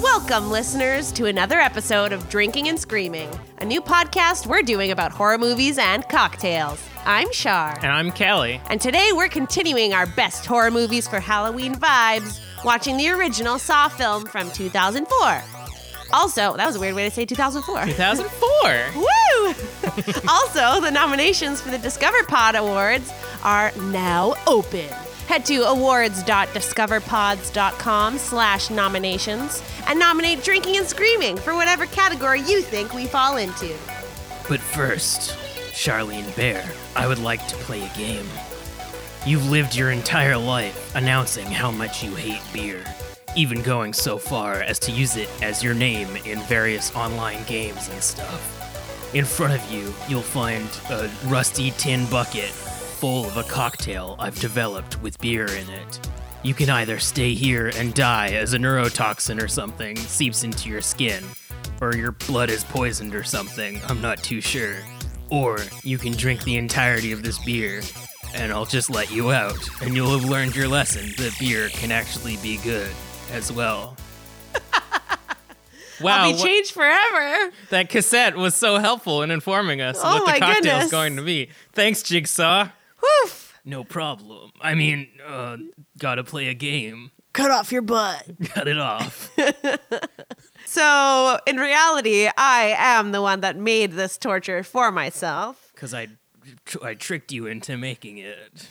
Welcome, listeners, to another episode of Drinking and Screaming, a new podcast we're doing about horror movies and cocktails. I'm Shar. And I'm Kelly. And today we're continuing our best horror movies for Halloween vibes, watching the original Saw film from 2004. Also, that was a weird way to say 2004. 2004. Woo! also, the nominations for the Discover Pod Awards are now open. Head to awards.discoverpods.com slash nominations and nominate Drinking and Screaming for whatever category you think we fall into. But first, Charlene Bear, I would like to play a game. You've lived your entire life announcing how much you hate beer, even going so far as to use it as your name in various online games and stuff. In front of you, you'll find a rusty tin bucket full of a cocktail I've developed with beer in it. You can either stay here and die as a neurotoxin or something seeps into your skin, or your blood is poisoned or something, I'm not too sure. Or you can drink the entirety of this beer, and I'll just let you out, and you'll have learned your lesson that beer can actually be good as well. wow, I'll be what- changed forever. that cassette was so helpful in informing us Oh of what my the cocktail's goodness. going to be. Thanks, Jigsaw. Woof! No problem. I mean, uh, gotta play a game. Cut off your butt. Cut it off. So, in reality, I am the one that made this torture for myself. Because I, tr- I tricked you into making it.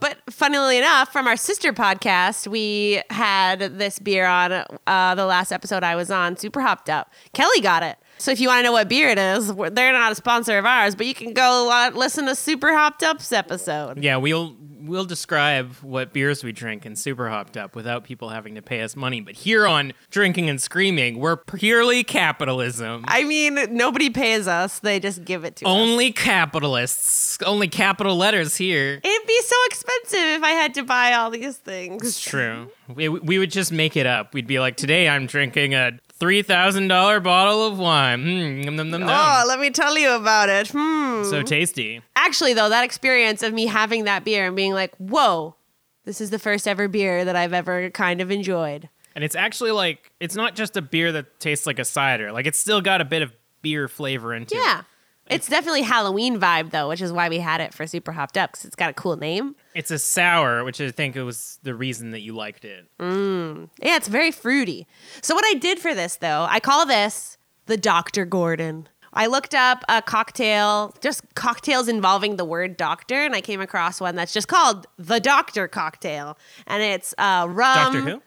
But funnily enough, from our sister podcast, we had this beer on uh, the last episode I was on, super hopped up. Kelly got it. So if you want to know what beer it is, we're- they're not a sponsor of ours, but you can go uh, listen to Super Hopped Up's episode. Yeah, we'll we'll describe what beers we drink and super hopped up without people having to pay us money. But here on drinking and screaming, we're purely capitalism. I mean, nobody pays us; they just give it to us. only capitalists. Only capital letters here. It'd be so expensive if I had to buy all these things. It's true. We, we would just make it up. We'd be like, today I'm drinking a three thousand dollar bottle of wine. Mm, nom, nom, nom, nom. Oh, let me tell you about it. Hmm. so tasty. actually though that experience of me having that beer and being like whoa this is the first ever beer that i've ever kind of enjoyed And it's actually like it's not just a beer that tastes like a cider. Like it's still got a bit of beer flavor into it. yeah it's definitely halloween vibe though which is why we had it for super hopped up because it's got a cool name It's a sour, which I think it was the reason that you liked it. Um, yeah it's very fruity so what i did for this though i call this the dr gordon i looked up a cocktail just cocktails involving the word doctor and i came across one that's just called the doctor cocktail and it's uh rum Doctor Who?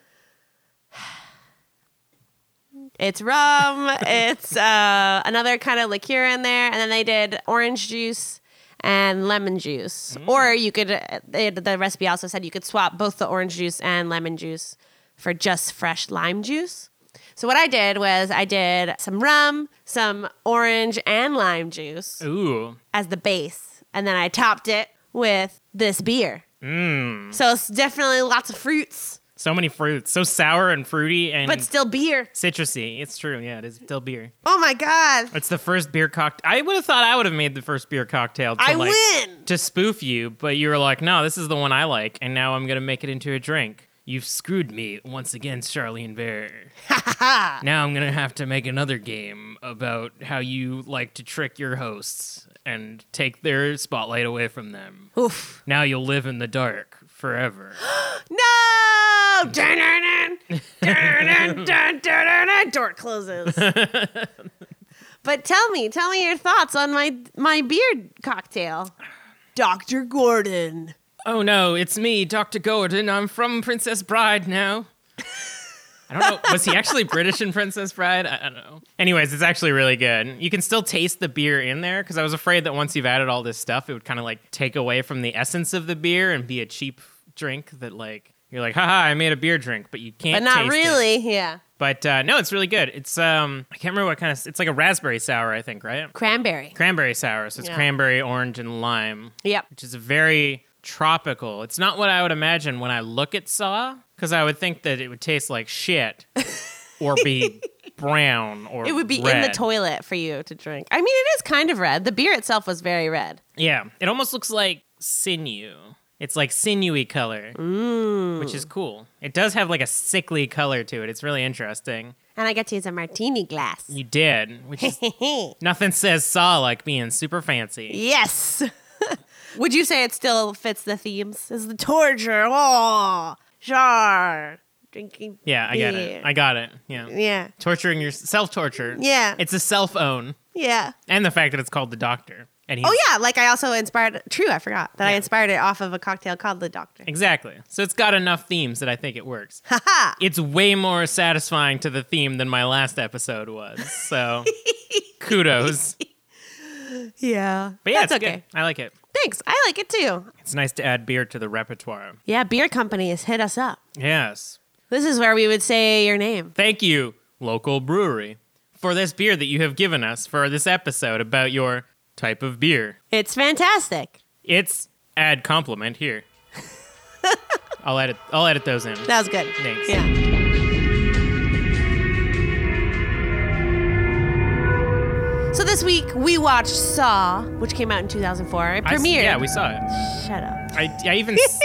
It's rum. it's uh, another kind of liqueur in there, and then they did orange juice and lemon juice. Or you could. uh, They, the recipe also said you could swap both the orange juice and lemon juice for just fresh lime juice. So what I did was I did some rum, some orange and lime juice Ooh. as the base, and then I topped it with this beer. Mm. So it's definitely lots of fruits, So many fruits. So sour and fruity and but still beer. citrusy. It's true, yeah, it is still beer. Oh my god! It's the first beer cocktail. I would have thought I would have made the first beer cocktail. To I like, win! to spoof you, but you were like, "No, this is the one I like," and now I'm gonna make it into a drink. You've screwed me once again, Charlene Bear. now I'm gonna have to make another game about how you like to trick your hosts and take their spotlight away from them. Oof. Now you'll live in the dark forever. No! Dun-dun-dun. Dun-dun-dun-dun-dun-dun. Door closes. but tell me, tell me your thoughts on my my beard cocktail. Dr. Gordon. Oh no, it's me, Dr. Gordon. I'm from Princess Bride now. I don't know. Was he actually British in Princess Bride? I don't know. Anyways, it's actually really good. You can still taste the beer in there because I was afraid that once you've added all this stuff, it would kind of like take away from the essence of the beer and be a cheap drink that like you're like, haha, I made a beer drink, but you can't. But not taste it. really, yeah. But uh, no, it's really good. It's um, I can't remember what kind of. It's like a raspberry sour, I think, right? Cranberry. Cranberry sour. So it's Yeah. cranberry, orange, and lime Yep. which is very tropical. It's not what I would imagine when I look at Saw, because I would think that it would taste like shit or be brown or It would be in the red. toilet for you to drink. I mean, it is kind of red. The beer itself was very red. Yeah, it almost looks like sinew. It's like sinewy color, which is cool. It does have like a sickly color to it. It's really interesting. And I get to use a martini glass. You did, which is, nothing says saw like being super fancy. yes. Would you say it still fits the themes? Is the torture? Oh, jar drinking. Yeah, I get it. beer. I got it. Yeah. yeah, Torturing your self torture. Yeah. It's a self own. yeah. And the fact that it's called the doctor. And he's Oh yeah, like I also inspired. True, I forgot that I Yeah. inspired it off of a cocktail called the Doctor. Exactly. So it's got enough themes that I think it works. Haha. it's way more satisfying to the theme than my last episode was. So kudos. Yeah, But yeah, that's it's okay. good. I like it. Thanks, I like it too. It's nice to add beer to the repertoire. Yeah, beer companies hit us up. Yes. This is where we would say your name. Thank you, local brewery, for this beer that you have given us for this episode about your type of beer. It's fantastic. It's add compliment here. I'll edit I'll edit those in. That was good. Thanks. Yeah. So this week we watched Saw, which came out in 2004. It I s- premiered. yeah, we saw it. Shut up. I, I even s-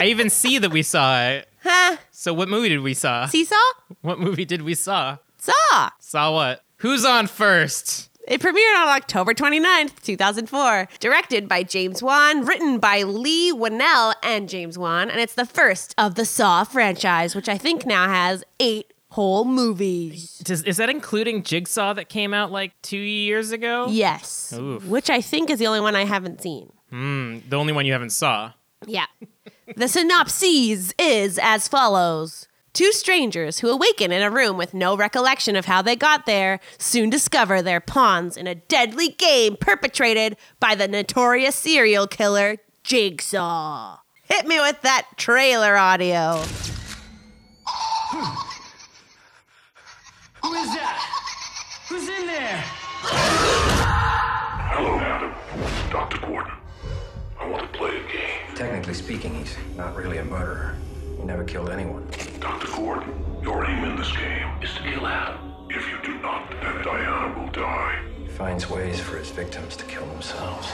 I even see that we saw it. Huh? So what movie did we saw? Seesaw? What movie did we saw? Saw. Saw what? Who's on first? It premiered on October 29th, 2004. Directed by James Wan, written by Lee Winnell and James Wan, and it's the first of the Saw franchise, which I think now has eight whole movies. Does, is that including Jigsaw that came out like two years ago? Yes. Oof. Which I think is the only one I haven't seen. The only one you haven't saw. Yeah. the synopsis is as follows. Two strangers who awaken in a room with no recollection of how they got there soon discover they're pawns in a deadly game perpetrated by the notorious serial killer Jigsaw. Hit me with that trailer audio. Who is that? Who's in there? Hello, madam. Dr. Gordon. I want to play a game. Technically speaking, he's not really a murderer. He never killed anyone. Dr. Gordon, your aim in this game is to kill Adam. If you do not, then Diana will die. He finds ways for his victims to kill themselves.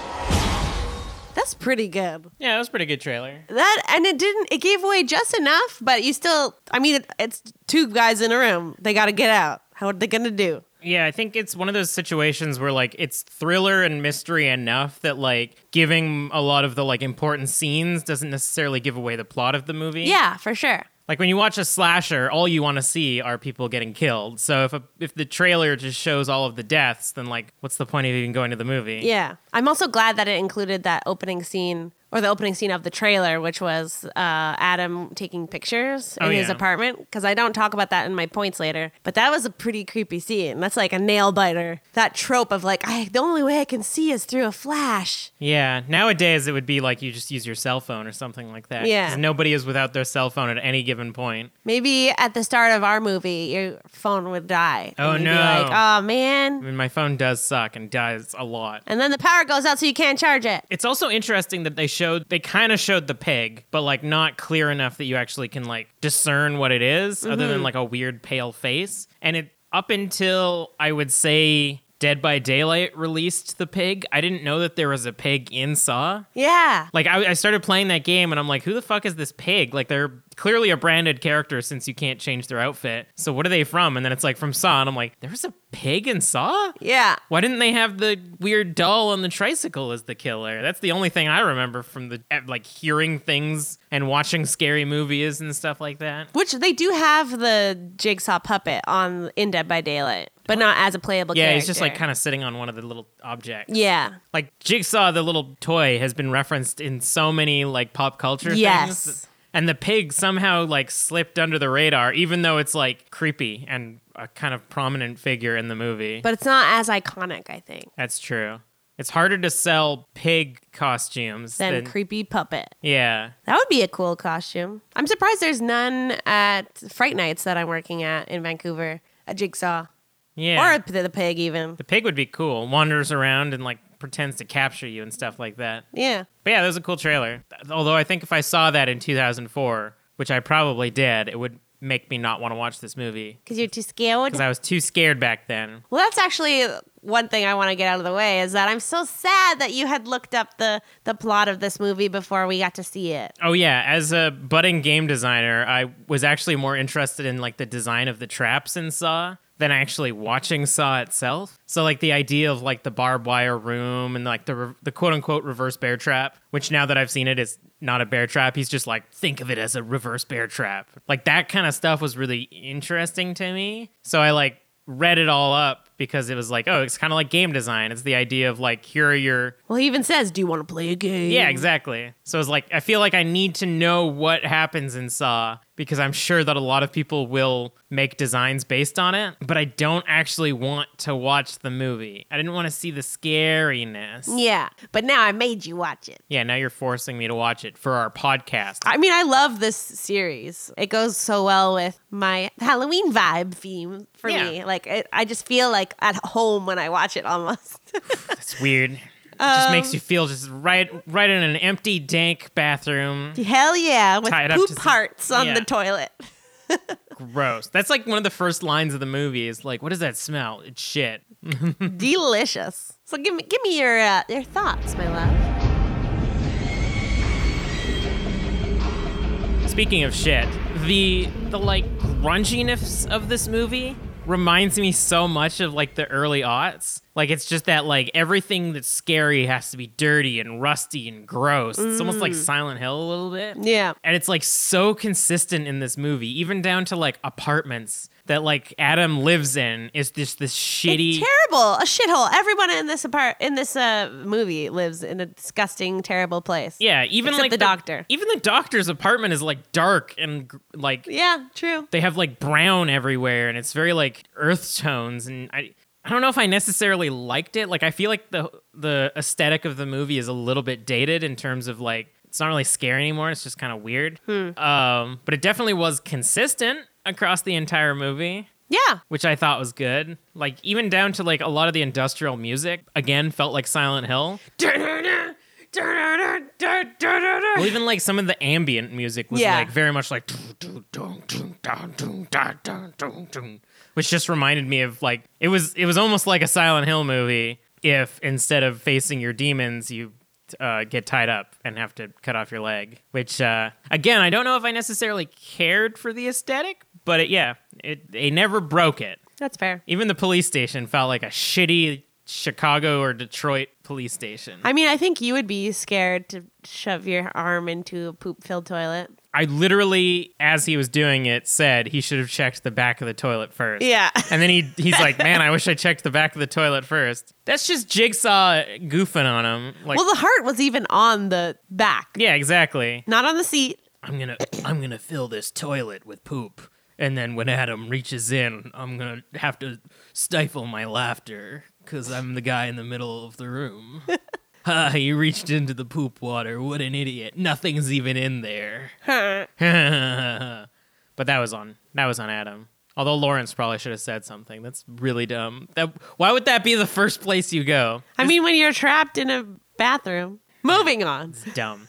That's pretty good. Yeah, that was a pretty good trailer. That and it didn't it gave away just enough, but you still I mean it, it's two guys in a room. They got to get out. How are they going to do? Yeah, I think it's one of those situations where like it's thriller and mystery enough that like giving a lot of the like important scenes doesn't necessarily give away the plot of the movie. Yeah, for sure. Like when you watch a slasher, all you want to see are people getting killed. So if a, if the trailer just shows all of the deaths, then like what's the point of even going to the movie? Yeah. I'm also glad that it included that opening scene or the opening scene of the trailer, which was uh, Adam taking pictures in Oh, his yeah. apartment. Because I don't talk about that in my points later, but that was a pretty creepy scene. That's like a nail biter. That trope of like, I, the only way I can see is through a flash. Yeah, nowadays it would be like you just use your cell phone or something like that. Yeah. 'Cause nobody is without their cell phone at any given point. Maybe at the start of our movie, your phone would die. Oh, And you'd no. Be like, oh I man. mean, my phone does suck and dies a lot. And then the power goes out, so you can't charge it. It's also interesting that they showed they kind of showed the pig, but like not clear enough that you actually can like discern what it is, other than like a weird pale face. And it up until I would say Dead by Daylight released the pig, I didn't know that there was a pig in Saw. Yeah. Like I, I started playing that game and I'm like, who the fuck is this pig? Like they're clearly a branded character since you can't change their outfit. So what are they from? And then it's like from Saw, and I'm like, there was a pig in Saw. Yeah. Why didn't they have the weird doll on the tricycle as the killer? That's the only thing I remember from the eh, like hearing things and watching scary movies and stuff like that. Which they do have the jigsaw puppet on in Dead by Daylight, but not as a playable Yeah, character. he's just like kind of sitting on one of the little objects. Yeah. Like Jigsaw, the little toy, has been referenced in so many like pop culture Yes. things. And the pig somehow like slipped under the radar, even though it's like creepy and a kind of prominent figure in the movie. But it's not as iconic, I think, That's true. It's harder to sell pig costumes than than creepy puppet. yeah. That would be a cool costume. I'm surprised there's none at Fright Nights that I'm working at in Vancouver. A jigsaw. Yeah. Or the, the pig, even. the pig would be cool. Wanders around and like pretends to capture you and stuff like that. Yeah. But yeah, that was a cool trailer. Although I think if I saw that in 2004, which I probably did, it would make me not want to watch this movie Because you're too scared. because I was too scared back then. Well, that's actually one thing I want to get out of the way is that I'm so sad that you had looked up the the plot of this movie before we got to see it. Oh yeah, as a budding game designer, I was actually more interested in like the design of the traps in Saw than actually watching Saw itself. So like the idea of like the barbed wire room and like the re- the quote unquote reverse bear trap, which now that I've seen it is not a bear trap. He's just like think of it as a reverse bear trap. Like that kind of stuff was really interesting to me. So I like read it all up because it was like, oh, it's kind of like game design. It's the idea of like here are your Well, he even says, "Do you want to play a game?" yeah, exactly. So it's like I feel like I need to know what happens in Saw because I'm sure that a lot of people will make designs based on it, but I don't actually want to watch the movie. I didn't want to see the scariness. Yeah, but now I made you watch it. Yeah, now you're forcing me to watch it for our podcast. I mean, I love this series. It goes so well with my Halloween vibe theme for Yeah. me. Like, it, I just feel like at home when I watch it almost. That's weird. It just makes you feel just right right in an empty dank bathroom. Hell yeah, with Tie it up poop to some- hearts on yeah. the toilet. Gross. That's like one of the first lines of the movie is like, what is that smell? It's shit. Delicious. So give me, give me your uh, your thoughts, my love. Speaking of shit, the the like grunginess of this movie reminds me so much of like the early aughts. Like it's just that like everything that's scary has to be dirty and rusty and gross. It's almost like Silent Hill a little bit. Mm. Yeah. And it's like so consistent in this movie, even down to like apartments that like Adam lives in is just this shitty It's terrible, a shithole. Everyone in this apart in this uh, movie lives in a disgusting, terrible place. Yeah, even Except like the doctor. Even the doctor's apartment is like dark and gr- like Yeah, true. they have like brown everywhere and it's very like earth tones and I I don't know if I necessarily liked it. Like I feel like the the aesthetic of the movie is a little bit dated in terms of like it's not really scary anymore. It's just kind of weird. Um, but it definitely was consistent across the entire movie, Yeah, which I thought was good. Like even down to like a lot of the industrial music again felt like Silent Hill. Well, even like some of the ambient music was Yeah. like very much like, dun, dun, dun, dun, dun, dun, dun, dun, dun, which just reminded me of like it was it was almost like a Silent Hill movie. If instead of facing your demons, you uh, get tied up and have to cut off your leg, which uh, again I don't know if I necessarily cared for the aesthetic, but it, yeah, it they never broke it. that's fair. Even the police station felt like a shitty Chicago or Detroit police station. I mean, I think you would be scared to shove your arm into a poop-filled toilet. I literally, as he was doing it, said he should have checked the back of the toilet first. Yeah. And then he he's like, "Man, I wish I checked the back of the toilet first. That's just Jigsaw goofing on him. Like, Well, the heart was even on the back, yeah, exactly. not on the seat. I'm gonna I'm gonna fill this toilet with poop, and then when Adam reaches in, I'm gonna have to stifle my laughter because I'm the guy in the middle of the room. Ha! He reached into the poop water. What an idiot! Nothing's even in there. but that was on that was on Adam. Although Lawrence probably should have said something. That's really dumb. That, why would that be the first place you go? I mean, when you're trapped in a bathroom. Moving on. dumb.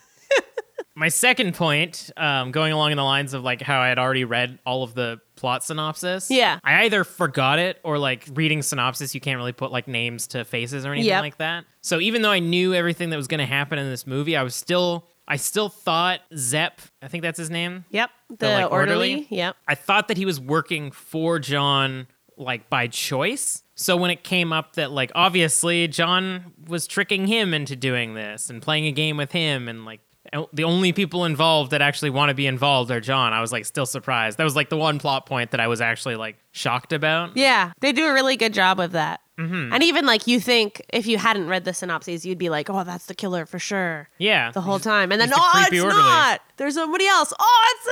My second point, um, going along in the lines of like how I had already read all of the plot synopsis. Yeah. I either forgot it or like reading synopsis, you can't really put like names to faces or anything Yep. like that. So even though I knew everything that was going to happen in this movie, I was still, I still thought Zepp, I think that's his name. Yep. The, like, orderly. orderly? Yep. I thought that he was working for John like by choice. So when it came up that like obviously John was tricking him into doing this and playing a game with him and like o- the only people involved that actually want to be involved are John. I was like still surprised. That was like the one plot point that I was actually like shocked about. Yeah. They do a really good job of that. Mm-hmm. And even like you think if you hadn't read the synopses, you'd be like, oh, that's the killer for sure. Yeah. The whole time. And then, he's the oh, creepy it's orderly." not. There's somebody else. Oh, it's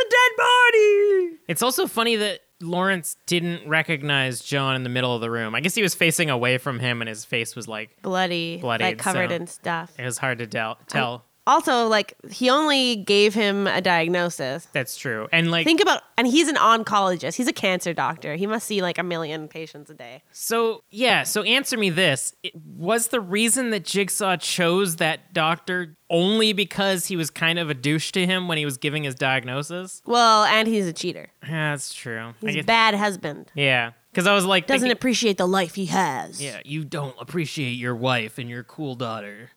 a dead body. It's also funny that Lawrence didn't recognize John in the middle of the room. I guess he was facing away from him and his face was like Bloody. Bloodied, Like covered so- in stuff. it was hard to tell. tell. Also, like, he only gave him a diagnosis. That's true. And like Think about, and he's an oncologist. He's a cancer doctor. He must see like a million patients a day. So, yeah, so answer me this. It, was the reason that Jigsaw chose that doctor only because he was kind of a douche to him when he was giving his diagnosis? Well, and he's a cheater. Yeah, that's true. I He's a guess- bad husband. yeah. Because I was like, Doesn't thinking- appreciate the life he has. Yeah, you don't appreciate your wife and your cool daughter.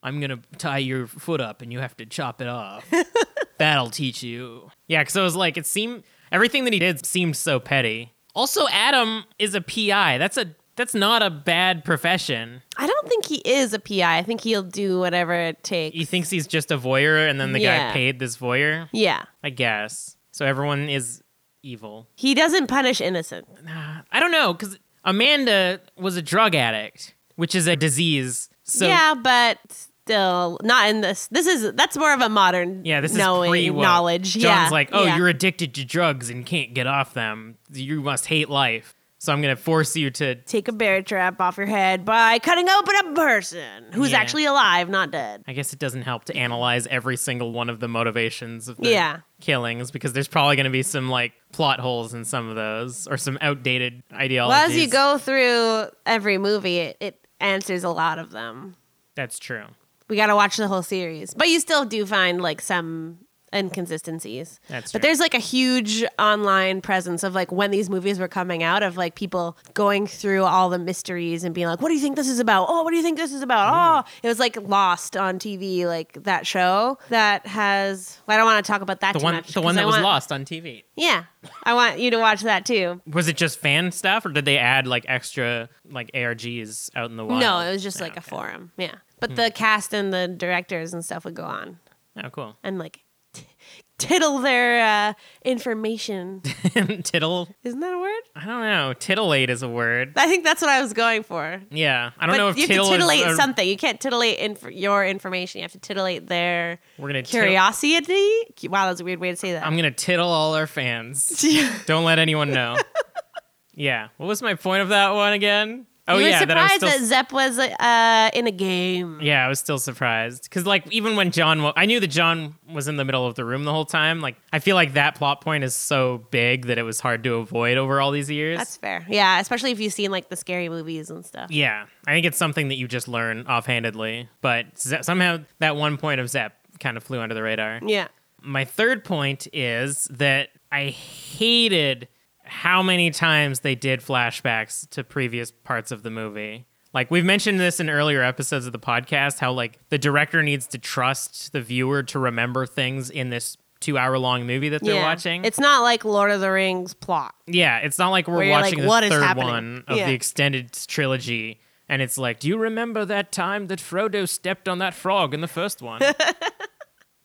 I'm gonna tie your foot up and you have to chop it off. That'll teach you. Yeah, because I was like, it seemed everything that he did seemed so petty. Also, Adam is a PI. That's a that's not a bad profession. I don't think he is a PI. I think he'll do whatever it takes. He thinks he's just a voyeur, and then the Yeah. guy paid this voyeur. yeah. I guess. So everyone is evil. He doesn't punish innocent. I don't know, because Amanda was a drug addict, which is a disease. So yeah, but still not in this. This is that's more of a modern Yeah, this knowing is pre knowledge. John's yeah. like, oh, yeah. you're addicted to drugs and can't get off them. You must hate life. So I'm gonna force you to. take a bear trap off your head by cutting open a person who's Yeah. actually alive, not dead. I guess it doesn't help to analyze every single one of the motivations of the Yeah. killings because there's probably gonna be some like plot holes in some of those or some outdated ideologies. Well, as you go through every movie, it, it answers a lot of them. that's true. We got to watch the whole series, but you still do find like some inconsistencies. That's but true. there's like a huge online presence of like when these movies were coming out of like people going through all the mysteries and being like, "What do you think this is about? Oh, what do you think this is Mm. about? Oh, it was like Lost on TV, like that show that has. well, I don't want to talk about that. The too one, much the one 'cause that I was want- lost on TV. Yeah, I want you to watch that too. Was it just fan stuff, or did they add like extra like ARGs out in the wild? No, it was just like a forum. Yeah, Hmm. but the cast and the directors and stuff would go on Oh, cool. and like t- tittle their uh, information. Tittle. Isn't that a word? I don't know. Titillate is a word. I think that's what I was going for. Yeah, I don't But know if you have tittle to titillate is a- something. You can't titillate inf- your information. You have to titillate their We're gonna tittle- curiosity. wow, that's a weird way to say that. I'm oh, gonna tittle all our fans. don't let anyone know. yeah, what was my point of that one again? Oh you were yeah, that I was surprised still. that, Zepp was uh, in a game. yeah, I was still surprised because like even when John, wa- I knew that John was in the middle of the room the whole time. Like I feel like that plot point is so big that it was hard to avoid over all these years. That's fair. Yeah, especially if you've seen like the scary movies and stuff. yeah, I think it's something that you just learn offhandedly, but Ze- somehow that one point of Zep kind of flew under the radar. yeah. My third point is that I hated how many times they did flashbacks to previous parts of the movie. Like we've mentioned this in earlier episodes of the podcast how like the director needs to trust the viewer to remember things in this 2-hour long movie that they're Yeah. watching. It's not like Lord of the Rings plot. yeah, it's not like Where we're you're like, watching "What the is third happening?" one of Yeah. the extended trilogy and it's like, "Do you remember that time that Frodo stepped on that frog in the first one?"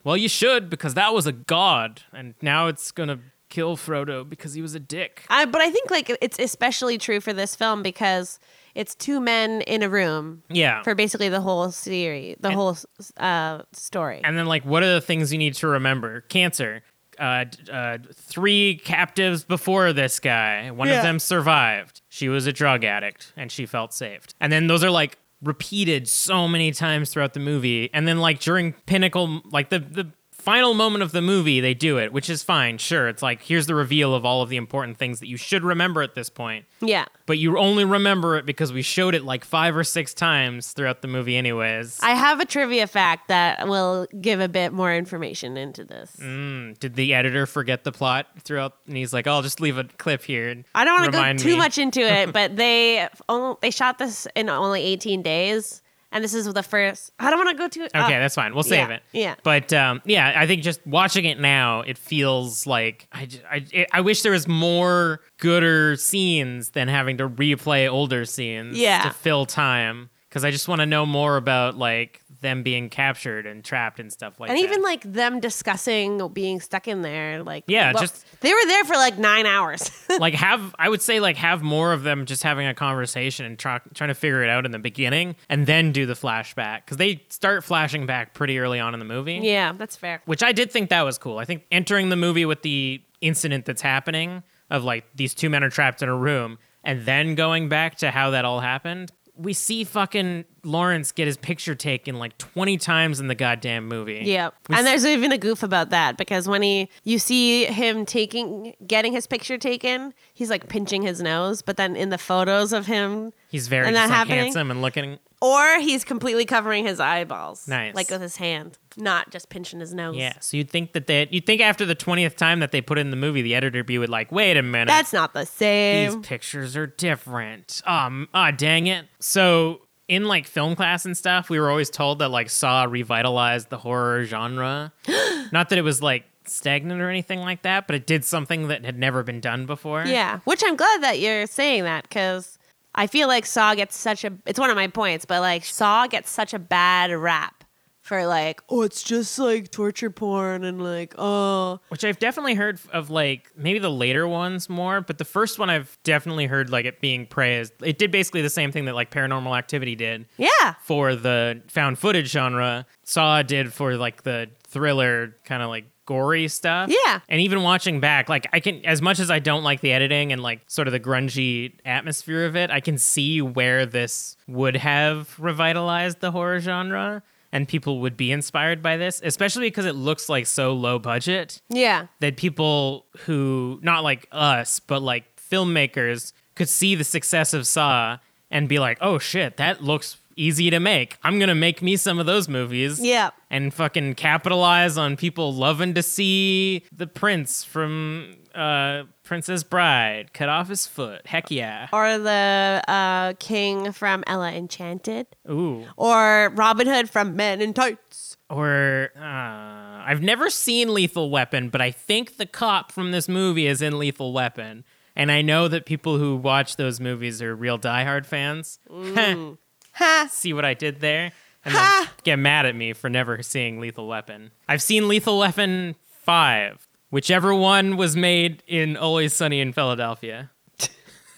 Well, you should because that was a god, and now it's gonna kill Frodo because he was a dick. I, but I think like it's especially true for this film because it's two men in a room Yeah. for basically the whole series, the whole uh, story. and then, like, what are the things you need to remember? Cancer. Uh, d- uh, three captives before this guy. One of them survived. She was a drug addict, and she felt saved. And then those are like repeated so many times throughout the movie. And then, like during pinnacle, like the the final moment of the movie, they do it, which is fine. Sure, it's like here's the reveal of all of the important things that you should remember at this point. yeah, but you only remember it because we showed it like five or six times throughout the movie anyways I have a trivia fact that will give a bit more information into this. Mm, did the editor forget the plot throughout and he's like "Oh, i'll just leave a clip here and I don't want to go remind too me." much into it, but they only, they shot this in only 18 days, and this is the first. I don't want to go too. uh, okay that's fine we'll save yeah, it yeah. but um, yeah i think just watching it now it feels like I, j- I, it- I wish there was more gooder scenes than having to replay older scenes Yeah. to fill time because i just want to know more about like them being captured and trapped and stuff like and that even like them discussing being stuck in there, like Yeah, just- they were there for like nine hours. like have I would say like have more of them just having a conversation and try, trying to figure it out in the beginning and then do the flashback because they start flashing back pretty early on in the movie. yeah, that's fair. Which I did think that was cool. I think entering the movie with the incident that's happening of like these two men are trapped in a room and then going back to how that all happened. We see fucking Lawrence get his picture taken like 20 times in the goddamn movie. Yeah. We and s- there's even a goof about that because when he you see him taking getting his picture taken, he's like pinching his nose, but then in the photos of him he's very and just, that like, happening- handsome and looking Or he's completely covering his eyeballs. Nice. Like with his hand, not just pinching his nose. Yeah, so you'd think that they, you'd think after the twentieth time that they put in the movie, the editor would be would like, wait a minute, That's not the these same. pictures are different. Um, ah, dang it. So in like film class and stuff, we were always told that like Saw revitalized the horror genre. Not that it was like stagnant or anything like that, but it did something that had never been done before. Yeah, which I'm glad that you're saying that because I feel like Saw gets such a. It's one of my points, but like Saw gets such a bad rap for like, oh, it's just like torture porn and like, oh, Which I've definitely heard of like maybe the later ones more, but the first one I've definitely heard like it being praised. It did basically the same thing that like paranormal activity did. yeah, for the found footage genre. Saw did for like the thriller kind of like gory stuff. Yeah. And even watching back, like I can as much as I don't like the editing and like sort of the grungy atmosphere of it, I can see where this would have revitalized the horror genre and people would be inspired by this, especially because it looks like so low budget yeah, that people who not like us but like filmmakers could see the success of saw and be like oh shit that looks easy to make i'm gonna make me some of those movies Yeah. and fucking capitalize on people loving to see the prince from uh princess bride cut off his foot heck yeah or the uh, King from Ella Enchanted, ooh or Robin Hood from Men in Tights. or uh, I've never seen Lethal Weapon, but I think the cop from this movie is in Lethal Weapon, and I know that people who watch those movies are real diehard fans. Ha! See what I did there? And then get mad at me for never seeing Lethal Weapon. I've seen Lethal Weapon five, whichever one was made in Always Sunny in Philadelphia.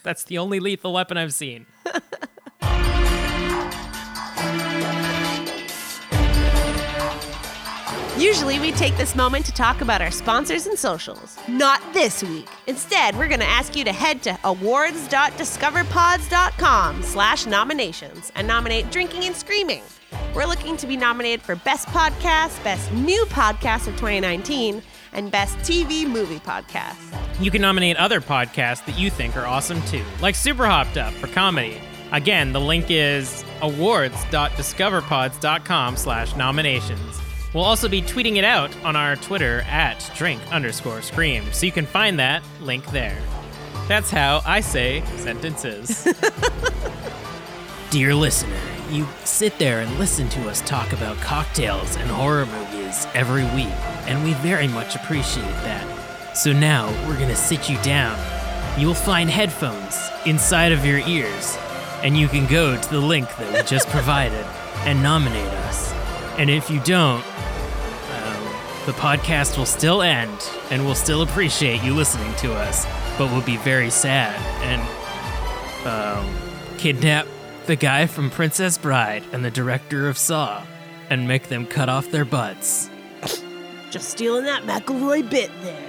That's the only Lethal Weapon I've seen. Usually, we take this moment to talk about our sponsors and socials. Not this week. Instead, we're going to ask you to head to awards.discoverpods.com slash nominations and nominate Drinking and Screaming. We're looking to be nominated for Best Podcast, Best New Podcast of 2019, and Best TV Movie Podcast. You can nominate other podcasts that you think are awesome too, like Super Hopped Up for comedy. Again, the link is awards.discoverpods.com slash nominations. We'll also be tweeting it out on our Twitter at drink underscore scream, so you can find that link there. That's how I say sentences. Dear listener, you sit there and listen to us talk about cocktails and horror movies every week, and we very much appreciate that. So now we're gonna sit you down. You will find headphones inside of your ears, and you can go to the link that we just provided and nominate us. And if you don't, um, the podcast will still end, and we'll still appreciate you listening to us, but we'll be very sad and um, kidnap the guy from Princess Bride and the director of Saw, and make them cut off their butts. Just stealing that McElroy bit there.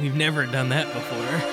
We've never done that before.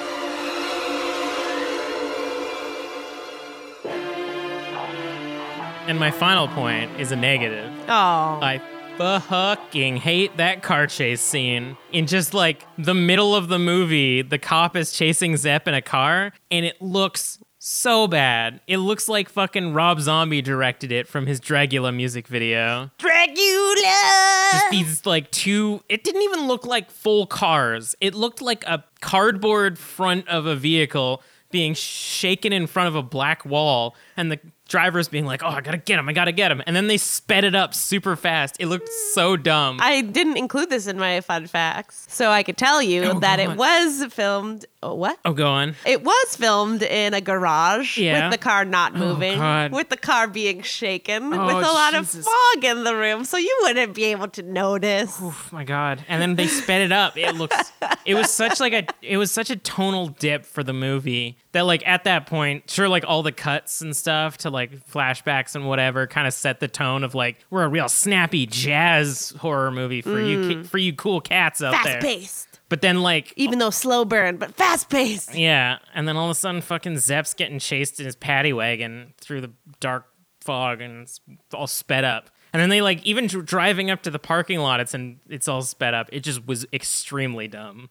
and my final point is a negative. Oh. I fucking hate that car chase scene. In just like the middle of the movie, the cop is chasing Zepp in a car, and it looks so bad. It looks like fucking Rob Zombie directed it from his Dragula music video. Just Dracula! these like two, it didn't even look like full cars. It looked like a cardboard front of a vehicle being shaken in front of a black wall, and the driver's being like, oh, I gotta get him, I gotta get him. And then they sped it up super fast. It looked so dumb. I didn't include this in my fun facts, so I could tell you that Oh, it go on. was filmed. Oh, what? Oh, go on. It was filmed in a garage Yeah. Oh, with the car not moving, God. with the car being shaken, Oh, with a lot of Jesus. fog in the room, so you wouldn't be able to notice. Oh my god! And then they sped it up. It looks. It was such like a. It was such a tonal dip for the movie that like at that point, sure, like all the cuts and stuff to like flashbacks and whatever, kind of set the tone of like we're a real snappy jazz horror movie for you ki- for you cool cats out fast there. paced, But then like. even though slow burn, but fast paced. Yeah, and then all of a sudden, fucking Zepp's getting chased in his paddy wagon through the dark fog, and it's all sped up. And then they like even dr- driving up to the parking lot, it's and it's all sped up. It just was extremely dumb.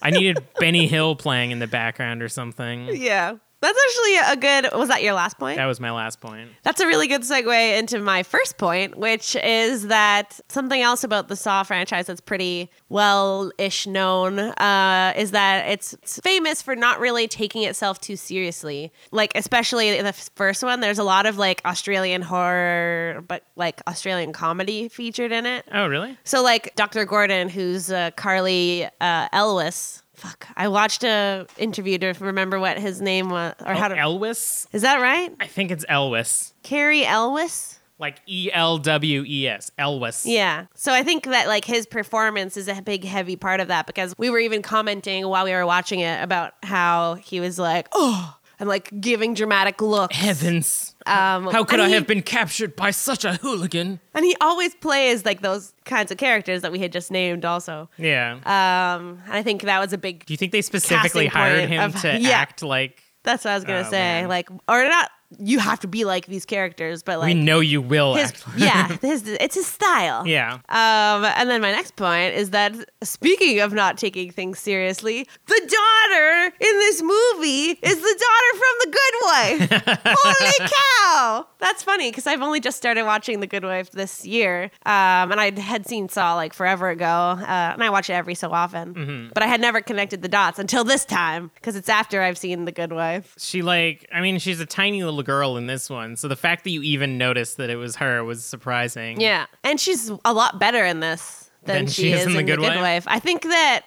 I needed Benny Hill playing in the background or something. Yeah. That's actually a good. Was that your last point? That was my last point. That's a really good segue into my first point, which is that something else about the Saw franchise that's pretty well ish known uh, is that it's it's famous for not really taking itself too seriously. Like, especially in the f- first one, there's a lot of like Australian horror, but like Australian comedy featured in it. Oh, really? So, like Dr. Gordon, who's uh, Carly uh, Elwes. Fuck, I watched a interview to remember what his name was or how Oh, to. Elwes? is that right? I think it's Elwes. Carrie Elwes. Like E L W E S. Elwes. Yeah. So I think that like his performance is a big heavy part of that because we were even commenting while we were watching it about how he was like, "Oh," and like giving dramatic looks. Heavens. Um, How could and I he- have been captured by such a hooligan? And he always plays like those kinds of characters that we had just named also. Yeah. Um, and I think that was a big Do you think they specifically casting hired point him of- to Yeah. act like That's what I was going to Oh, say. man. Like or not you have to be like these characters, but like we know you will his, act? yeah, his, it's his style. yeah. Um, and then my next point is that speaking of not taking things seriously, the daughter in this movie is the daughter from The Good Wife. Holy cow! That's funny because I've only just started watching The Good Wife this year, um, and I had seen Saw like forever ago, uh, and I watch it every so often. But I had never connected the dots until this time because it's after I've seen The Good Wife. She like I mean she's a tiny little girl in this one, so the fact that you even noticed that it was her was surprising. Yeah, and she's a lot better in this. Than, she, is, in, the, good Wife? Wife. I think that,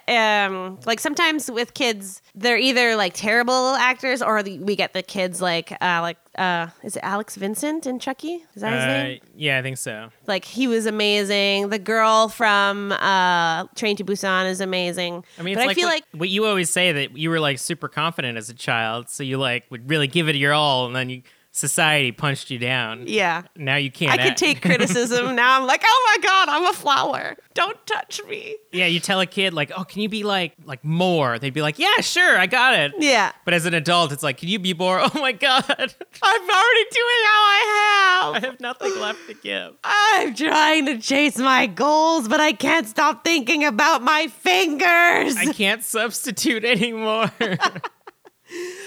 um, like sometimes with kids, they're either like terrible actors, or the, we get the kids like, uh, like uh, is it Alex Vincent in Chucky? Is that his Uh, name? yeah, I think so. Like he was amazing. The girl from uh, Train to Busan is amazing. I mean, it's but like, I feel what, like what you always say that you were like super confident as a child, so you like would really give it your all, and then you society punched you down. yeah, Now you can't. I could act. take criticism. now I'm like, oh my god, I'm a flower. Don't touch me. yeah, you tell a kid like, "Oh, can you be like like more?" They'd be like, "Yeah, sure, I got it." Yeah, But as an adult, it's like, "Can you be more?" Oh my god, I'm already doing how I have. I have nothing left to give. I'm trying to chase my goals, but I can't stop thinking about my fingers. I can't substitute anymore.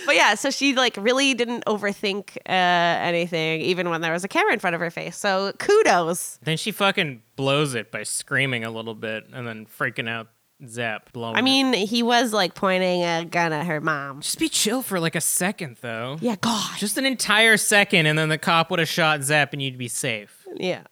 But yeah, so she like really didn't overthink uh, anything, even when there was a camera in front of her face. So kudos. Then she fucking blows it by screaming a little bit and then freaking out Zap blowing. I it. mean, he was like pointing a gun at her mom. just be chill for like a second though. Yeah, gosh. Just an entire second, and then the cop would have shot Zap, and you'd be safe. Yeah.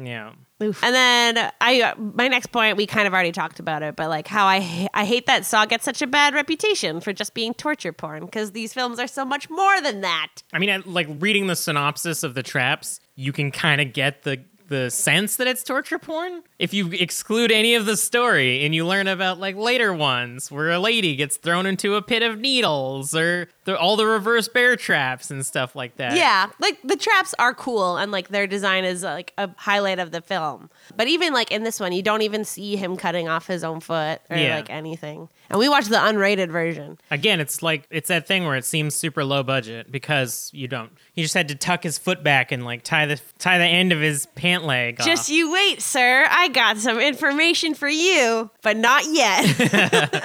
Yeah. And then I, uh, my next point, we kind of already talked about it, but like how I, ha- I hate that Saw gets such a bad reputation for just being torture porn because these films are so much more than that. I mean, I, like reading the synopsis of the traps, you can kind of get the the sense that it's torture porn if you exclude any of the story and you learn about like later ones where a lady gets thrown into a pit of needles or the, all the reverse bear traps and stuff like that. Yeah, like the traps are cool and like their design is uh, like a highlight of the film. But even like in this one, you don't even see him cutting off his own foot or Yeah. like anything. And we watched the unrated version. Again, it's like it's that thing where it seems super low budget because you don't. He just had to tuck his foot back and like tie the tie the end of his pant leg. Just off. you wait, sir. I got some information for you, but not yet.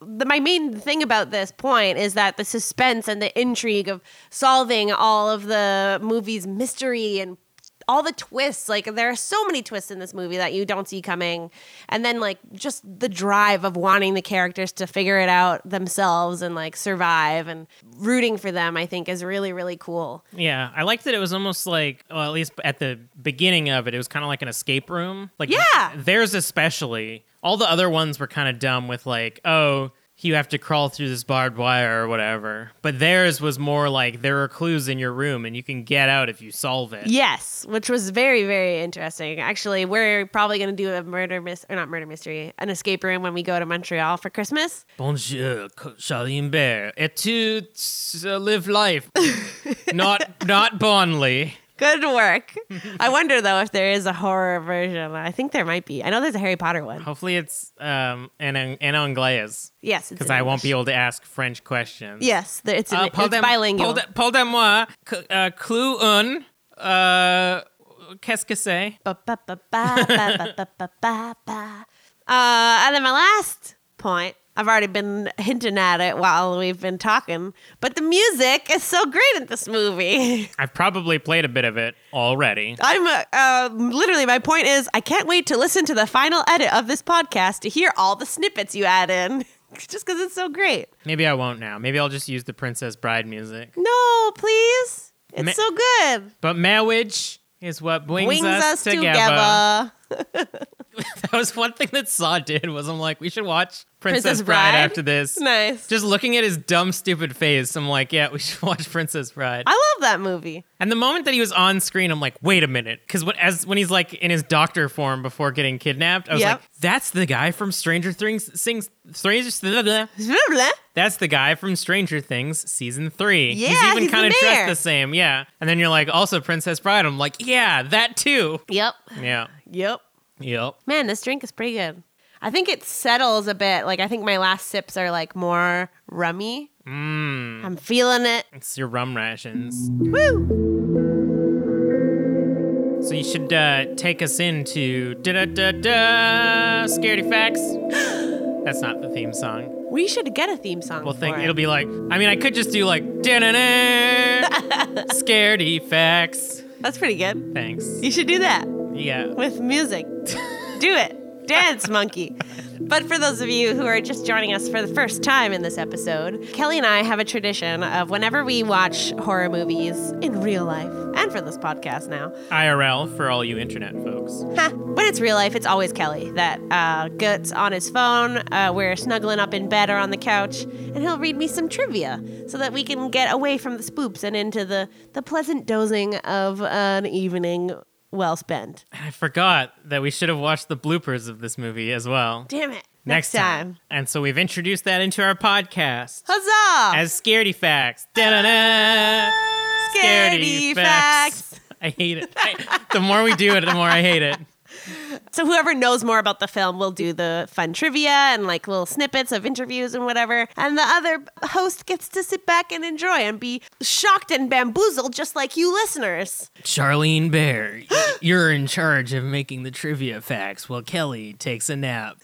the, my main thing about this point is that the suspense and the intrigue of solving all of the movie's mystery and all the twists like there are so many twists in this movie that you don't see coming and then like just the drive of wanting the characters to figure it out themselves and like survive and rooting for them i think is really really cool Yeah, I liked that it was almost like, well, at least at the beginning of it, it was kind of like an escape room. Like, Yeah. theirs especially. All the other ones were kind of dumb with like, oh, you have to crawl through this barbed wire or whatever. But theirs was more like there are clues in your room and you can get out if you solve it. Yes, which was very, very interesting. Actually, we're probably going to do a murder mystery, or not murder mystery, an escape room when we go to Montreal for Christmas. Bonjour, Charlene Bear. Et tu t- live life, not not Bonley. Good work. I wonder, though, if there is a horror version. I think there might be. I know there's a Harry Potter one. Hopefully, it's um en en anglais Yes. it's because in I won't be English. able to ask French questions. Yes, there, it's, in, Uh, it's bilingual. Paul de, Paul de moi, c- uh, clue un, uh, qu'est-ce que c'est? Ba, ba, ba, ba, ba, ba, ba, ba, ba, ba. Uh, and then my last point I've already been hinting at it while we've been talking, but the music is so great in this movie. I've probably played a bit of it already. I'm uh, uh, literally, my point is, I can't wait to listen to the final edit of this podcast to hear all the snippets you add in just because it's so great. Maybe I won't now. Maybe I'll just use the Princess Bride music. No, please. It's Ma- so good. But marriage is what brings, Wings us, us together. together. That was one thing that Saw did was I'm like, we should watch Princess, Princess Bride, Bride? after this. Nice. Just looking at his dumb, stupid face, I'm like, yeah, we should watch Princess Bride. I love that movie. and the moment that he was on screen, I'm like, wait a minute, because when as when he's like in his doctor form before getting kidnapped, I was Yep. like, that's the guy from Stranger Things. Sings Stranger. blah, blah, blah. That's the guy from Stranger Things season three. Yeah, he's even he's kind in of there. dressed the same. Yeah, and then you're like, also Princess Bride. I'm like, yeah, that too. Yep. Yeah. Yep. Yep. Man, this drink is pretty good. I think it settles a bit. Like I think my last sips are like more rummy. Mm. I'm feeling it. It's your rum rations. Woo! So you should uh, take us into da da da da scaredy facts. That's not the theme song. We should get a theme song. We'll think for it'll be like. I mean, I could just do like da da da scaredy facts. That's pretty good. Thanks. You should do that Yeah. with music. do it. Dance, monkey. But for those of you who are just joining us for the first time in this episode, Kelly and I have a tradition of whenever we watch horror movies in real life and for this podcast now, IRL for all you internet folks. Huh. When it's real life, it's always Kelly that uh, gets on his phone. Uh, we're snuggling up in bed or on the couch, and he'll read me some trivia so that we can get away from the spoops and into the, the pleasant dozing of an evening well spent. And I forgot that we should have watched the bloopers of this movie as well. Damn it. And so we've introduced that into our podcast Huzzah! as scaredy facts. Da-da-da. Scaredy facts. I hate it. I- the more we do it, the more I hate it. So whoever knows more about the film will do the fun trivia and like little snippets of interviews and whatever, and the other host gets to sit back and enjoy and be shocked and bamboozled just like you listeners. Charlene Bear, y- you're in charge of making the trivia facts while Kelly takes a nap.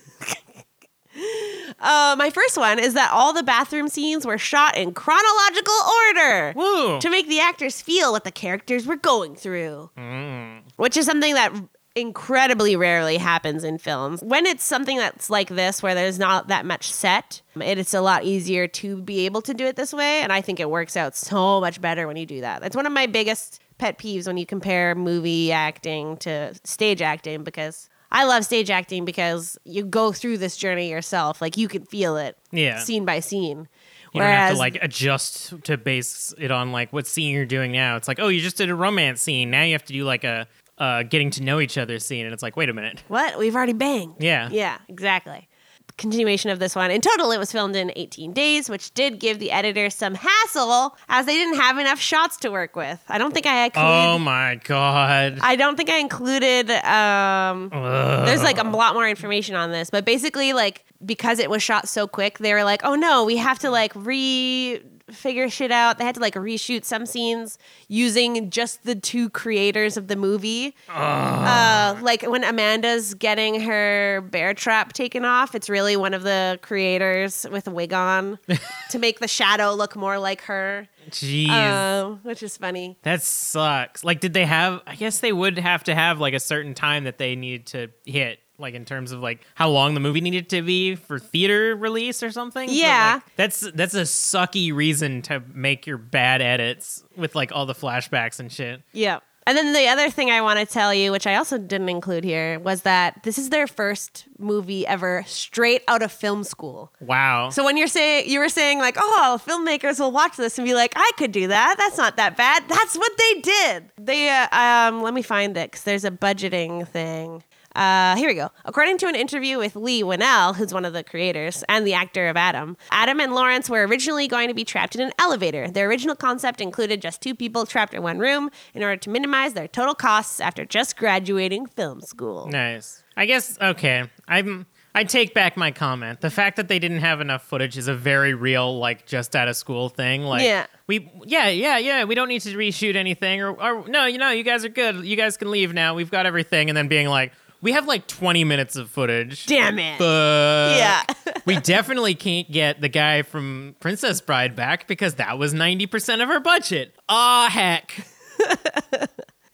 Uh, my first one is that all the bathroom scenes were shot in chronological order Woo! to make the actors feel what the characters were going through, Mm. which is something that incredibly rarely happens in films. When it's something that's like this, where there's not that much set, it is a lot easier to be able to do it this way. And I think it works out so much better when you do that. That's one of my biggest pet peeves when you compare movie acting to stage acting because. I love stage acting because you go through this journey yourself. Like you can feel it Yeah. scene by scene. You don't have to like adjust to base it on like what scene you're doing now. It's like, oh, you just did a romance scene. Now you have to do like a uh, getting to know each other scene, and it's like, wait a minute. What? We've already banged. Yeah. Yeah, exactly. Continuation of this one. In total, it was filmed in 18 days, which did give the editor some hassle as they didn't have enough shots to work with. I don't think I included. Oh my god. I don't think I included. Um, there's like a lot more information on this, but basically, like because it was shot so quick, they were like, "Oh no, we have to like re." figure shit out they had to like reshoot some scenes using just the two creators of the movie uh, like when Amanda's getting her bear trap taken off, it's really one of the creators with a wig on to make the shadow look more like her, Jeez. uh, which is funny. that sucks. Like, did they have? I guess they would have to have like a certain time that they needed to hit, like in terms of like how long the movie needed to be for theater release or something. But, Yeah. like, that's that's a sucky reason to make your bad edits with like all the flashbacks and shit. Yeah. And then the other thing I want to tell you, which I also didn't include here, was that this is their first movie ever straight out of film school. Wow. So when you're saying you were saying like, oh, filmmakers will watch this and be like, I could do that. That's not that bad. That's what they did. They uh, um, let me find it because there's a budgeting thing. Uh, here we go. According to an interview with Lee Winnell, who's one of the creators and the actor of Adam, Adam and Lawrence were originally going to be trapped in an elevator. Their original concept included just two people trapped in one room in order to minimize their total costs after just graduating film school. nice. I guess okay. I'm. I take back my comment. The fact that they didn't have enough footage is a very real, like, just out of school thing. Like, Yeah. we, yeah, yeah, yeah. We don't need to reshoot anything, or, or no, you know, you guys are good. You guys can leave now. We've got everything. And then being like, We have like 20 minutes of footage. Damn it. Fuck. Yeah. we definitely can't get the guy from Princess Bride back because that was 90% of her budget. Ah, heck.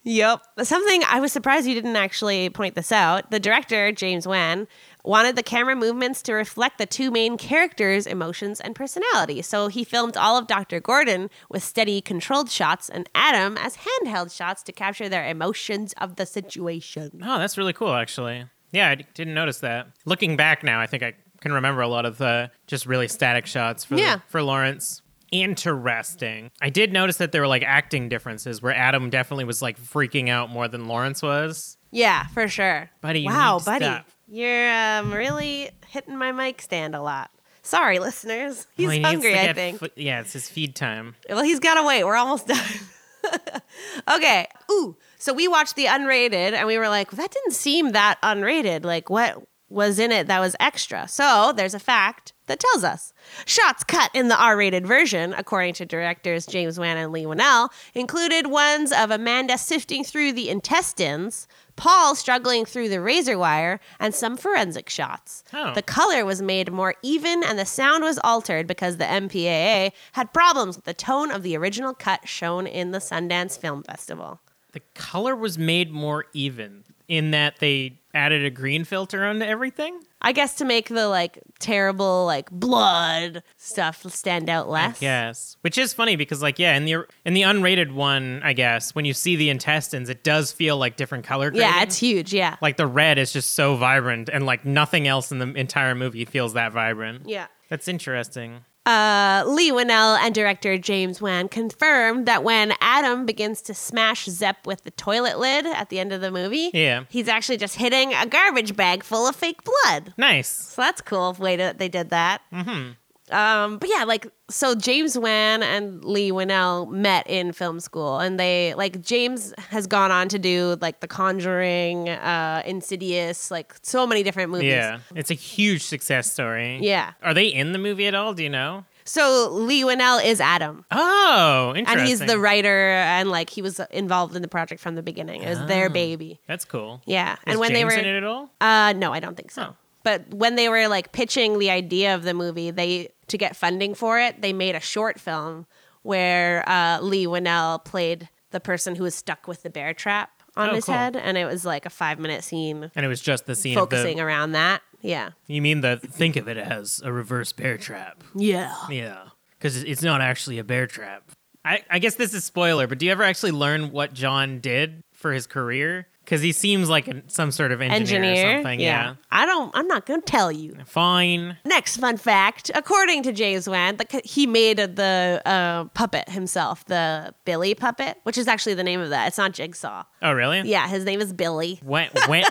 Yep. Something I was surprised you didn't actually point this out. The director, James Wan, wanted the camera movements to reflect the two main characters' emotions and personality. So he filmed all of Dr. Gordon with steady, controlled shots and Adam as handheld shots to capture their emotions of the situation. Oh, that's really cool, actually. Yeah, I d- didn't notice that. Looking back now, I think I can remember a lot of the just really static shots for Yeah. for Lawrence. Interesting. I did notice that there were like acting differences where Adam definitely was like freaking out more than Lawrence was. Yeah, for sure. Buddy, you wow, need to buddy. stop. You're um, really hitting my mic stand a lot. Sorry, listeners. He's Well, he needs hungry, to I get think. fo- yeah, it's his feed time. Well, he's got to wait. We're almost done. okay. Ooh. So we watched the unrated and we were like, that didn't seem that unrated. Like, what was in it that was extra? So there's a fact that tells us shots cut in the R rated version, according to directors James Wan and Lee Winnell, included ones of Amanda sifting through the intestines. Paul struggling through the razor wire and some forensic shots. Oh. The color was made more even and the sound was altered because the MPAA had problems with the tone of the original cut shown in the Sundance Film Festival. The color was made more even in that they added a green filter onto everything. I guess to make the like terrible like blood stuff stand out less. Yes, which is funny because like yeah, in the in the unrated one, I guess when you see the intestines, it does feel like different color. Grading. Yeah, it's huge. Yeah. like the red is just so vibrant, and like nothing else in the entire movie feels that vibrant. Yeah. that's interesting. Uh, Lee Winnell and director James Wan confirmed that when Adam begins to smash Zepp with the toilet lid at the end of the movie, Yeah. he's actually just hitting a garbage bag full of fake blood. Nice. So that's cool way that they did that. Mm-hmm. Um, but yeah, like so James Wan and Lee Winnell met in film school, and they like James has gone on to do like The Conjuring, uh, Insidious, like so many different movies. Yeah, it's a huge success story. Yeah. are they in the movie at all? Do you know? So Lee Winnell is Adam, Oh, interesting. and he's the writer, and like he was involved in the project from the beginning. It was their baby. That's cool. Yeah, Ah. Is and when James they were in it at all? Uh, no, I don't think so. Oh. But when they were like pitching the idea of the movie, they to get funding for it, they made a short film where uh, Lee Winnell played the person who was stuck with the bear trap on Oh, his cool. head, and it was like a five minute scene And it was just the scene of focusing the. around that. Yeah, You mean the? Think of it as a reverse bear trap. yeah. Yeah, because it's not actually a bear trap. I, I guess this is spoiler, but do you ever actually learn what John did for his career? Because he seems like an, some sort of engineer, Engineer, or something. yeah. Yeah. I don't. I'm not gonna tell you. Fine. Next fun fact: According to James Wan, the, he made the uh, puppet himself, the Billy puppet, which is actually the name of that. It's not Jigsaw. Oh, really? Yeah, his name is Billy. When, when,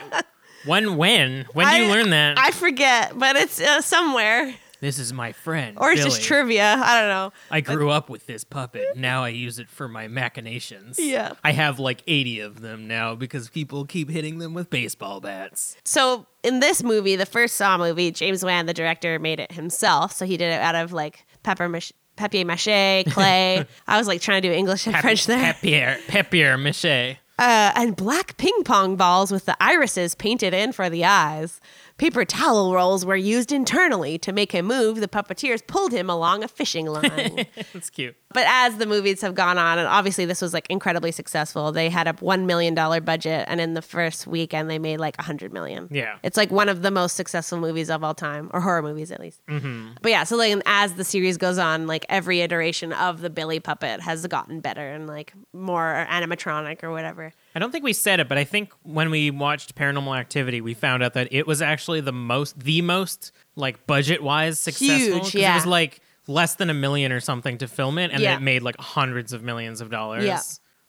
when, when? When do you I- learn that? I forget, but it's uh, somewhere. this is my friend. Or it's Billy. just trivia. I don't know. I grew up with this puppet. Now I use it for my machinations. Yeah. I have like 80 of them now because people keep hitting them with baseball bats. So in this movie, the first Saw movie, James Wan, the director, made it himself. So he did it out of like pepper mach- papier mache, clay. I was like trying to do English and French there. Pepier, Pepier Mache. Uh, and black ping pong balls with the irises painted in for the eyes. Paper towel rolls were used internally to make him move. The puppeteers pulled him along a fishing line. That's cute. But as the movies have gone on, and obviously this was like incredibly successful, they had a one million dollar budget, and in the first weekend they made like a hundred million. Yeah. it's like one of the most successful movies of all time, or horror movies at least. Mm-hmm. But yeah, so like and as the series goes on, like every iteration of the Billy puppet has gotten better and like more animatronic or whatever. I don't think we said it, but I think when we watched Paranormal Activity, we found out that it was actually the most, the most like budget wise successful. Huge, 'cause yeah. It was like less than a million or something to film it, and Yeah. then it made like hundreds of millions of dollars. Yeah.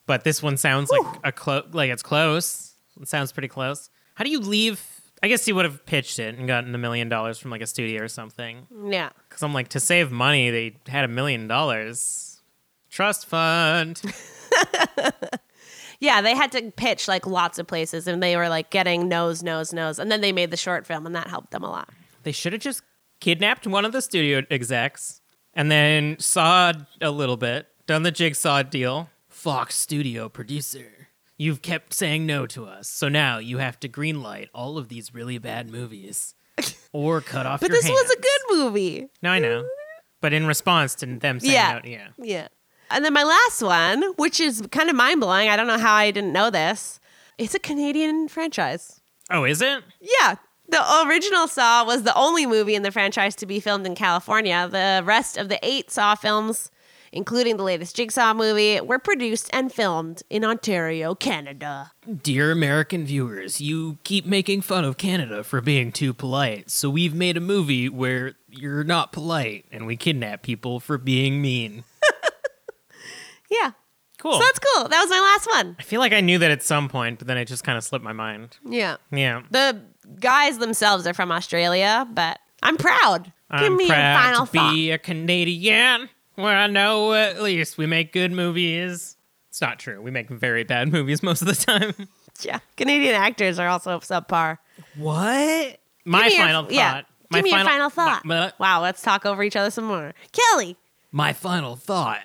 But this one sounds like a close, like it's close. It sounds pretty close. How do you leave? I guess you would have pitched it and gotten a million dollars from like a studio or something. Yeah, Because I'm like, to save money, they had a million dollars. Trust fund. yeah, they had to pitch like lots of places, and they were like getting no's, no's, no's, and then they made the short film, and that helped them a lot. They should have just kidnapped one of the studio execs and then sawed a little bit, done the jigsaw deal. Fox studio producer You've kept saying no to us, so now you have to greenlight all of these really bad movies, or cut off. But your this was a hands." good movie. No, I know. But in response to them saying Yeah. no, yeah. Yeah. And then my last one, which is kind of mind blowing. I don't know how I didn't know this. It's a Canadian franchise. Oh, is it? Yeah. The original Saw was the only movie in the franchise to be filmed in California. The rest of the eight Saw films, including the latest Jigsaw movie, were produced and filmed in Ontario, Canada. Dear American viewers, you keep making fun of Canada for being too polite, so we've made a movie where you're not polite and we kidnap people for being mean. Yeah. Cool. So that's cool. That was my last one. I feel like I knew that at some point, but then it just kind of slipped my mind. Yeah. Yeah. The guys themselves are from Australia, but I'm proud. Give I'm me proud a final to thought. be a Canadian where I know at least we make good movies. It's not true. We make very bad movies most of the time. Yeah, Canadian actors are also subpar. What? My Give me your- final thought. Yeah. my Give me your final thought. my- wow, let's talk over each other some more. Kelly. my final thought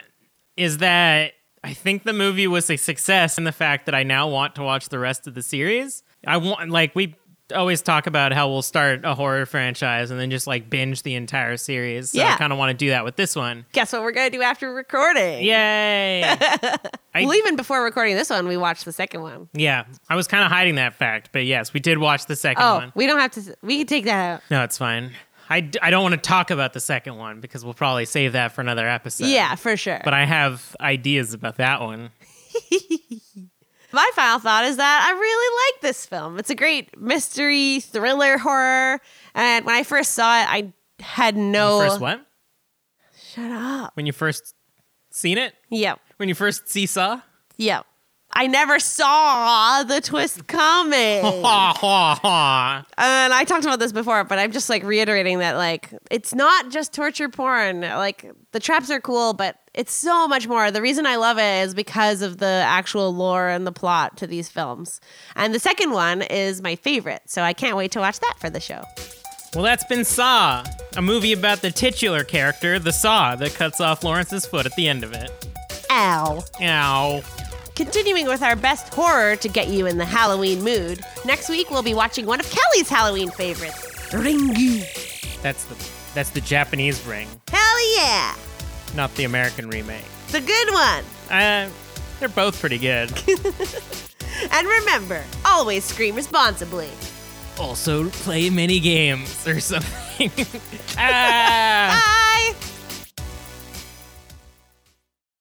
is that I think the movie was a success in the fact that I now want to watch the rest of the series. I want like we always talk about how we'll start a horror franchise and then just like binge the entire series. So I Yeah. kind of want to do that with this one. Guess what we're gonna do after recording? Yay! I- Well, even before recording this one, we watched the second one. yeah, I was kind of hiding that fact, but yes, we did watch the second Oh, one. we don't have to. We can take that out. No, it's fine. I, d- I don't want to talk about the second one because we'll probably save that for another episode. Yeah, for sure. But I have ideas about that one. My final thought is that I really like this film. It's a great mystery, thriller, horror. And when I first saw it, I had no. First, what? Oh. Shut up. When you first seen it? Yep. When you first see Saw? Yep. I never saw the twist coming. Ha ha ha. and I talked about this before, but I'm just like reiterating that like it's not just torture porn. Like the traps are cool, but it's so much more. The reason I love it is because of the actual lore and the plot to these films. And the second one is my favorite, so I can't wait to watch that for the show. Well, that's been Saw, a movie about the titular character, the Saw, that cuts off Lawrence's foot at the end of it. Ow. Ow. Continuing with our best horror to get you in the Halloween mood, next week we'll be watching one of Kelly's Halloween favorites, Ringu. That's the that's the Japanese ring, Hell yeah! not the American remake. The good one! Uh, they're both pretty good. And remember, always scream responsibly. also, play mini games or something. ah, Bye!